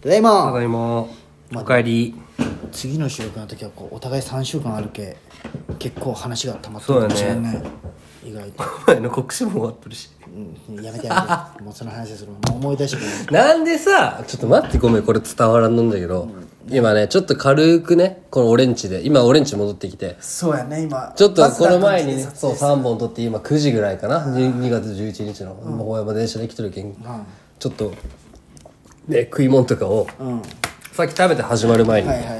ただいたまだいまおかえり次の収録の時はこうお互い3週間あるけ結構話が溜まってそうるかだもねしれない、意外と、 お前の告知も終わってるしうん、やめてやめてもうその話するもう思い出してくれなんでさちょっと待ってごめんこれ伝わらんのんだけど今ねちょっと軽くねこのオレンジで今オレンジ戻ってきてそうやね今ちょっとこの前にバねスだったんですそう3本撮って今9時ぐらいかな 2, 月11日の大山電車で来てる件ちょっとね食い物とかをうんはさっき食べて始まる前にいはいはいはい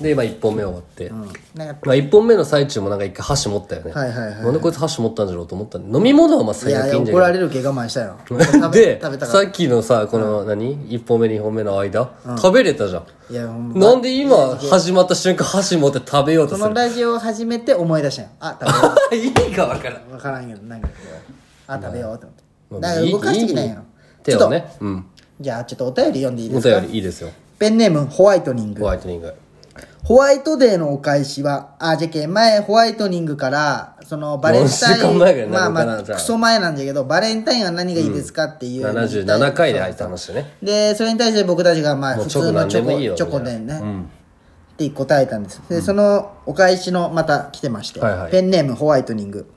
で今1本目終わってなんかまあ、1本目の最中もなんか一回箸持ったよね、はいはいはいなんでこいつ箸持ったんじゃろうと思ったんで飲み物はまあい最やい悪いやいんだ怒けらどれるけ我慢したよ で食べたかさっきのさこの何1本目2本目の間、食べれたじゃんいやほんまなんで今始まった瞬間箸持って食べようとこす るのラジオを始めて思い出したよあ食べよ意味がわからん う分からんけどなんかこうあ食べようと思まっあてだから動かしてきたんいいいいや手をねうんじゃあちょっとお便り読んでいいおですか便りいいですよペンネームホワイトニングホワイトニングホワイトデーのお返しは、あ、じゃけん、前、ホワイトニングから、その、バレンタ四週イン、間前ぐらいになまあるのかなまあ、じゃあクソ前なんだけど、バレンタインは何がいいですかっていう。 77回で入った話でねで、それに対して僕たちが、まあ、もう普チョコ通のチョ何でもいいコ、よチョコでみたね、いなうんって答えたんです。で、そのお返しの、また来てまして、はいはいペンネームホワイトニング。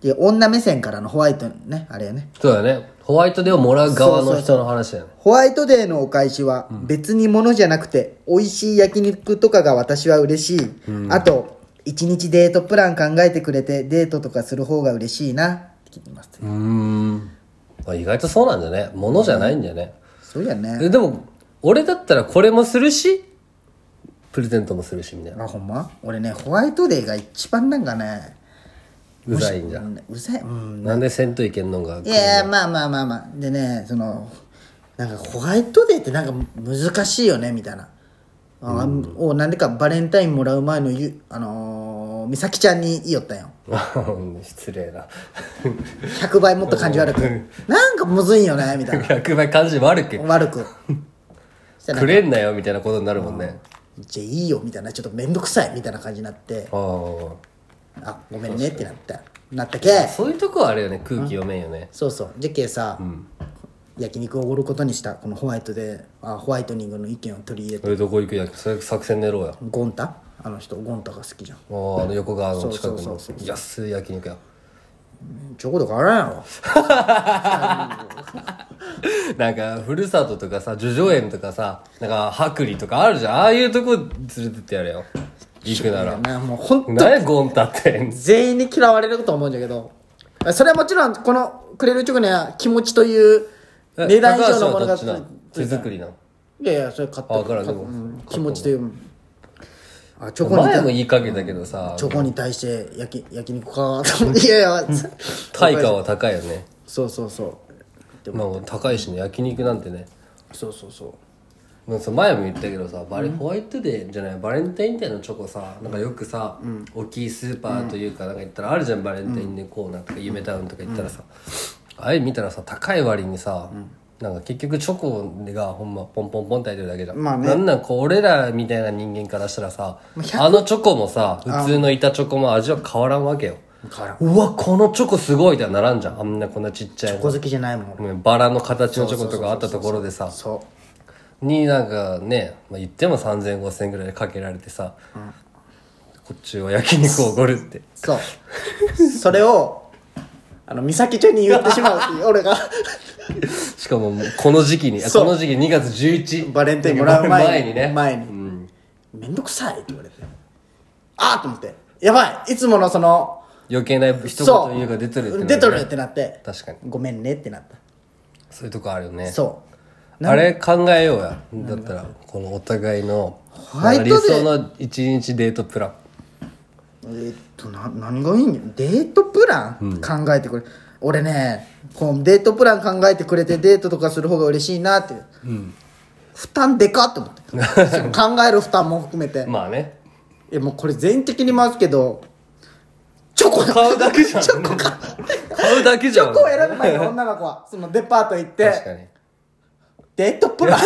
で、女目線からのホワイト、ね、あれやね。そうだねホワイトデーをもらう側の人の話だよねホワイトデーのお返しは別にものじゃなくて美味しい焼肉とかが私は嬉しい、あと一日デートプラン考えてくれてデートとかする方が嬉しいなって聞きます、うーんまあ意外とそうなんだよねものじゃないんだよね、そうやねえでも俺だったらこれもするしプレゼントもするしみたいなあほんま俺ねホワイトデーが一番なんかねうざいんじゃんうざいうんなんでせんといけんのんが いやいやまあまあまあまあでねそのなんかホワイトデーってなんか難しいよねみたいなあ、をなんでかバレンタインもらう前のゆあのー美咲ちゃんに言いよったんよ失礼な 100倍もっと感じ悪くなんかむずいよねみたいな100倍感じ悪く悪くしたらくれんなよみたいなことになるもんねじゃあいいよみたいなちょっと面倒くさいみたいな感じになってあああごめんねってなったなったけそういうとこはあれよね空気読めんよねそうそうじゃけさ、焼肉をおごることにしたこのホワイトであホワイトニングの意見を取り入れて俺どこ行くやそれ作戦練ろうやゴンタあの人ゴンタが好きじゃんあーあの横側の近くそのうそう安い焼肉やちょこど変わらんやろ なんかふるさととかさ叙々苑とかさなんか薄利とかあるじゃんああいうとこ連れてってやれよ行くならなもう本当何やゴン太って全員に嫌われると思うんだけどそれはもちろんこのくれるチョコには気持ちという値段以上のものが高橋はどっちな手作りなのいやいやそれ買ったあわからんでもうん気持ちというあチョコに前も言いかけたけどさチョコに対して焼き焼肉かと思っていやいや対価は高いよねそうそうそうでもまあ高いしね焼肉なんてねそうそうそうまあそう前も言ったけどさバレホワイトデーじゃないバレンタインデーのチョコさなんかよくさ、大きいスーパーというかなんか言ったらあるじゃんバレンタインデーコーナーとか夢タウンとか行ったらさ、ああいうの見たらさ高い割にさ、なんか結局チョコがほんまポンポンポンって入ってるだけじゃん、まあねなんなんこう俺らみたいな人間からしたらさ100あのチョコもさ普通の板チョコも味は変わらんわけよ変わらんうわこのチョコすごいってならんじゃんあんなこんなちっちゃいチョコ好きじゃないもんご俺めんバラの形のチョコとかあったところでさそになんかね、まあ、言っても30005000ぐらいでかけられてさ、こっちは焼肉おごるってうそうそれをあの美咲ちゃんに言ってしまうってい う俺がしかももうこの時期にあそうこの時期2月11バレンタインもらう前にね前にめんどくさいって言われてあーと思ってやばいいつものその余計な一そう言言うが出てるってなるね出とるってなって確かにごめんねってなったそういうとこあるよねそうあれ考えようやだったらこのお互いのホワイトデー理想の一日デートプランえーっとな何がいいんよデートプラン、考えてくれ俺ねこうデートプラン考えてくれてデートとかする方が嬉しいなっていう、負担でかって思って その考える負担も含めて、まあねいやもうこれ全的に回すけどチョコ買うだけじゃん チョコ買う買うだけじチゃョんコを選ぶ前に女の子はそのデパート行っ確かてにデートプラン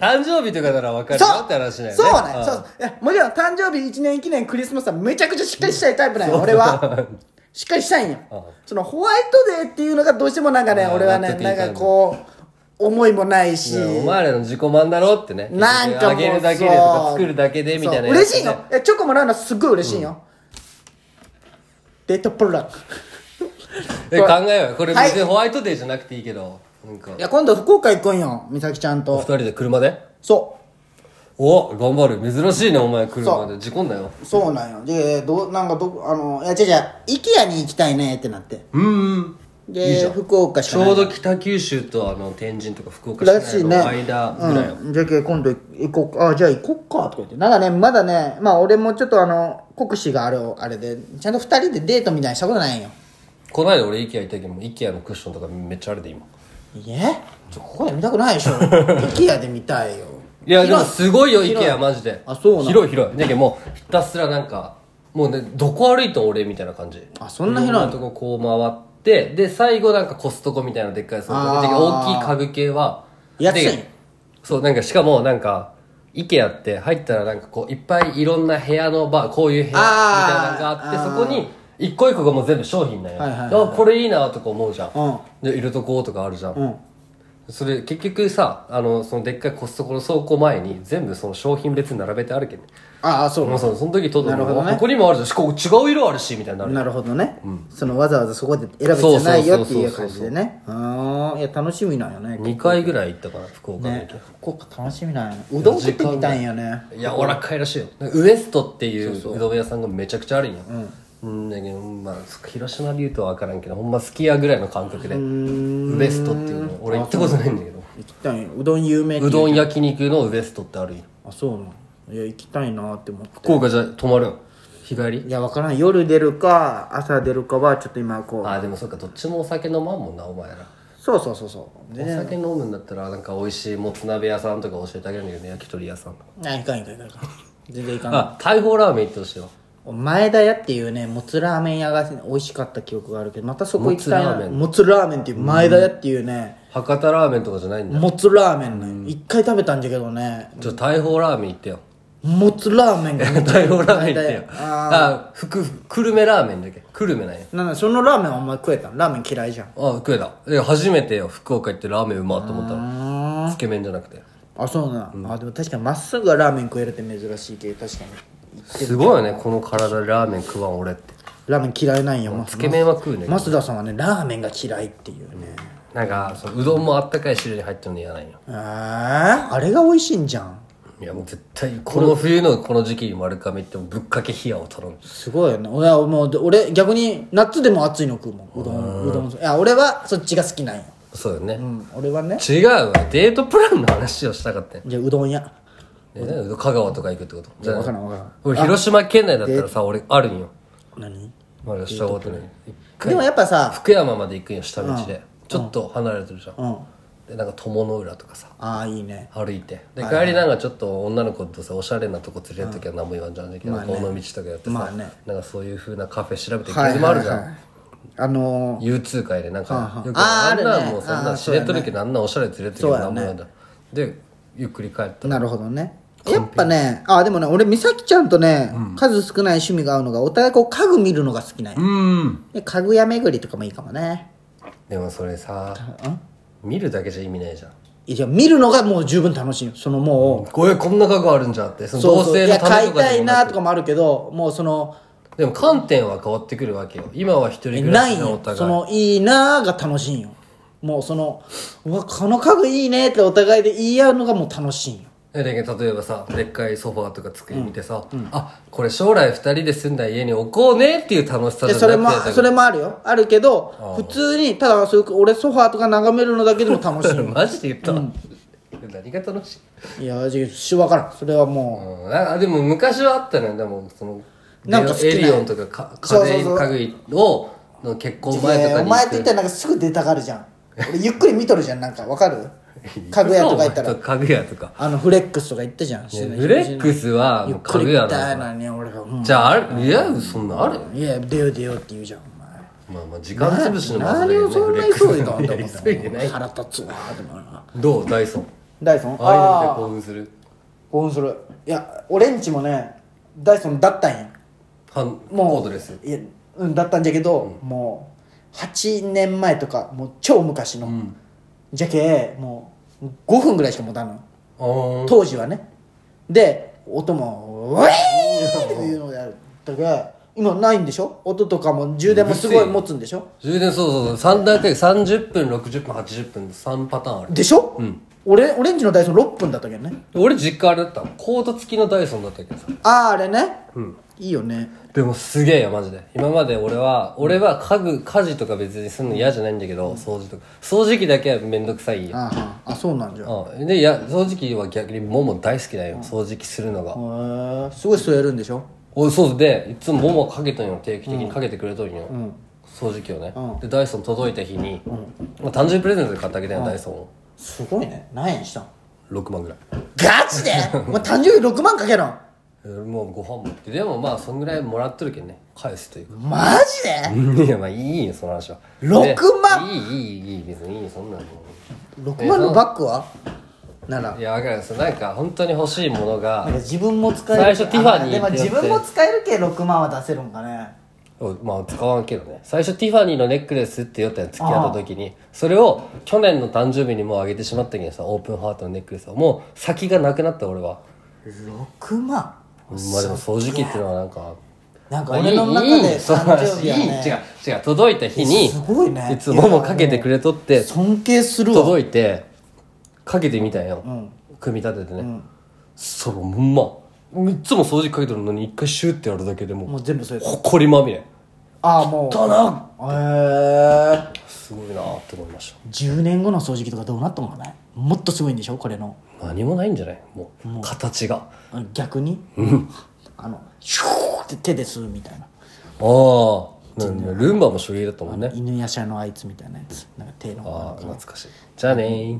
誕生日とかなら分かるよそうって話だよねそうねんそういやもちろん誕生日1年記念クリスマスはめちゃくちゃしっかりしたいタイプなんよ俺はしっかりしたいんよそのホワイトデーっていうのがどうしてもなんかねあー俺はね納得いなかんんかこう思いもないし、お前らの自己満だろってねなんかもうあげるだけでとか作るだけでみたいなそう嬉しいよえチョコもらうのはすっごい嬉しいよ、デートプランえ考えようよこれ別はいにホワイトデーじゃなくていいけどなんかいや今度福岡行くんよ美咲ちゃん二と人で車でそお頑張る珍しいねお前車で事故んなようそうなんよでどうなんかどあのいや違う違う IKEA に行きたいねってなってうーんいいじでゃん福岡しちかないょうど北九州とあの天神とか福岡らし市いねの間ぐらいよ、うん、じゃけ今度行こうかあじゃあ行こっかとか言ってなんかねまだねまあ俺もちょっとあの国士があれあれでちゃんと二人でデートみたいにしたことないんよこないだ俺 IKEA 行ったけども IKEA のクッションとかめっちゃあれで今いえちょここで見たくない でしょ IKEA で見たいよいやでも広すごいよ広 IKEA マジであそうなの広い広いだけどもうひたすらなんかもうねどこ歩いても俺みたいな感じあそんな広いとここう回ってで最後なんかコストコみたいなでっかいそうあー大きい家具系は安いでそうなんかしかもなんか IKEA って入ったらなんかこういっぱいいろんな部屋のバーこういう部屋みたいなのがあってあーそこに一個一個がもう全部商品なんよ、はいはいはいあこれいいなとか思うじゃん、うんでいるとことかあるじゃん、うんそれ結局さあのそのでっかいコストコの倉庫前に全部その商品別に並べてあるけどねああそうもうそのその時取っなたるほどねここにもあるじゃんしかも違う色あるしみたいになるなるほどね、そのわざわざそこで選べてないよっていう感じでねああいや楽しみなんよね2回ぐらい行ったかな福岡のね駅、福岡楽しみなんよねうどん食ってみたいんよね柔らかいらしいよウエストっていううどん屋さんがめちゃくちゃあるんようんだけどまあ広島で言うとは分からんけどほんますき家ぐらいの感覚でウエストっていうの俺行ったことないんだけど行きたいんようどん有名っていうどん焼肉のウエストってあるんよあそうなのいや行きたいなって思って福岡じゃ泊まるん日帰りいや分からん夜出るか朝出るかはちょっと今こうあでもそっかどっちもお酒飲まんもんなお前らそうそうそうそうおで酒飲むんだったらなんか美味しいもつ鍋屋さんとか教えてあげるんだけどね焼き鳥屋さんとかあいかんいかんいかんいかん全然いかんあ大砲ラーメン行ってほしいわ前田屋っていうねもつラーメン屋が美味しかった記憶があるけどまたそこ行きたいもつラーなメンもつラーメンっていう前田屋っていうね博多ラーメンとかじゃないんだもつラーメンね一回食べたんじゃけどねちょ大砲ラーメン行ってよもつラーメンがめっちゃ大砲ラーメン行ってよ前田屋あふく久留米ラーメンだっけ久留米なんやなんだそのラーメンはお前食えたのラーメン嫌いじゃんあ食えたえ初めてよ福岡行ってラーメンうまっと思ったのつけ麺じゃなくてあそうな、あでも確かにまっすぐがラーメン食えるって珍しいけど確かにすごいよねこの体でラーメン食わん俺ってラーメン嫌いなんよ、まつけ麺は食うね増田さんはねラーメンが嫌いっていうね、なんかそううどんもあったかい汁に入ってるの嫌なんよえー、あれが美味しいんじゃんいやもう絶対この冬のこの時期に丸亀行ってもぶっかけ冷やを頼むすごいよね俺はもう俺逆に夏でも暑いの食うもんうどんうどんいや俺はそっちが好きなんよ、そうよね、うん、俺はね違うわデートプランの話をしたかったよじゃあうどん屋ねね香川とか行くってことじゃ分あからん分からん俺広島県内だったらさ俺あるんよ何まだしたことないでもやっぱさ福山まで行くんよ下道で、ちょっと離れてるじゃん、うんでなんか友の浦とかさああいいね歩いてで帰りなんかちょっと女の子とさおしゃれなとこ連れてる時は何も言わんじゃんだけど、この道とかやってさ、まあねなんかそういう風なカフェ調べて行く時もあるじゃん、はいあのー U2 会でなんか、よくあーあんあるなねもうそんあーな知れとるけどあんなおしゃれ連れてるけどそうやなねんもなんだ、でゆっくり帰ったなるほどねやっぱねあでもね俺美咲ちゃんとね、数少ない趣味が合うのがお互いこう家具見るのが好きなんようんで家具屋巡りとかもいいかもねでもそれさ見るだけじゃ意味ないじゃんいや見るのがもう十分楽しいよそのもこれこんな家具あるんじゃんってそうそうの同そう性いのやため買いとかたでいもななくとかもあるけどもうそのでも観点は変わってくるわけよ今は一人暮らないしんのおよそ互いのいいなーが楽しいんよもうそのうわこの家具いいねってお互いで言い合うのがもう楽しいんよえだけど例えばさでっかいソファーとか机見てさ、あこれ将来二人で住んだ家に置こうねっていう楽しさでじそれゃもなくてそれもあるよあるけど普通にただそういう俺ソファーとか眺めるのだけでも楽しい んよマジで言った、何が楽しいいやじゃし分からんそれはもうん、あでも昔はあったねでもそのなんか好きなエリオンとかかそうそう家そう電家具をの結う婚前といやかおに前って言ったらなんかすぐ出たがるじゃん俺ゆっくり見とるじゃんなんか分 かる家具屋とか行ったら家具屋とかあのフレックスとか行ったじゃん、ねフレックスはゆもっうく家り具み屋ただいなね俺が、うんじゃああるいやそんなあるいや出よう出ようって言うじゃんお前まあまあ時間潰しのまずだ何よをねそんな急いだんだフレックスいや急いでもないん腹立つわでもなどうダイソンダイソンああいうのあであ興奮する興奮するいや俺んちもねダイソンだったんやハンもうコードレスいやうんだったんじゃけど、もう8年前とかもう超昔の、じゃけもう5分ぐらいしか持たんのあー当時はねで音も「ウェー!」っていうのであるだから今ないんでしょ音とかも充電もすごい持つんでしょ充電そうそうそう三段階30分60分80分3パターンあるでしょ、俺オレンジのダイソン6分だったけどね俺実家あれだったのコード付きのダイソンだったけどさあーあれね、いいよねでもすげえよマジで今まで俺は俺は家具家事とか別にすんの嫌じゃないんだけど掃除とか掃除機だけはめんどくさいよあーあそうなんじゃへうんでいや掃除機は逆にもも大好きだよ掃除機するのがーすごい吸えるんでしょおそうでいつもももかけとんよ定期的にかけてくれとんよ、掃除機をね、でダイソン届いた日に、まあ、誕生日プレゼントで買ってあげたよ、ダイソンをすごいね何円したん6万ぐらいガチ でお前誕生日6万かけろんえーもうご飯もってでもまあそんぐらいもらっとるけんね返すというかマジで いやまあいいよその話は6万でいいいいいい別にいいよそんなの6万のバッグはならいやわかるそなんか本当に欲しいものがなんか自分も使最初ティファニーあでもってやっ自て分も使えるけ6万は出せるんかねおまあ使わんけどね最初ティファニーのネックレスって言ったやつ付き合った時にそれを去年の誕生日にもうあげてしまったけどさオープンハートのネックレスをもう先がなくなった俺は6万まあでも掃除機っていうのはなんかなんかまあ俺の中いいいでいそう誕生日はいい違ねう違う届いた日にすごいねいつももかけてくれとって尊敬するわ届いてかけてみたんよ、組み立ててね、そうほんまいつも掃除機かけてるのに一回シューってやるだけでももうう全部それほこりまみれああもうだなへえすごいなって思いまし10年後の掃除機とかどうなったのかねもっとすごいんでしょこれのた何もないんじゃないもう形が逆にあのシューって手で吸うみたいなああルンバも処理だったもんね犬やしゃのあいつみたいなやつなんか手のああ懐かしいじゃあねー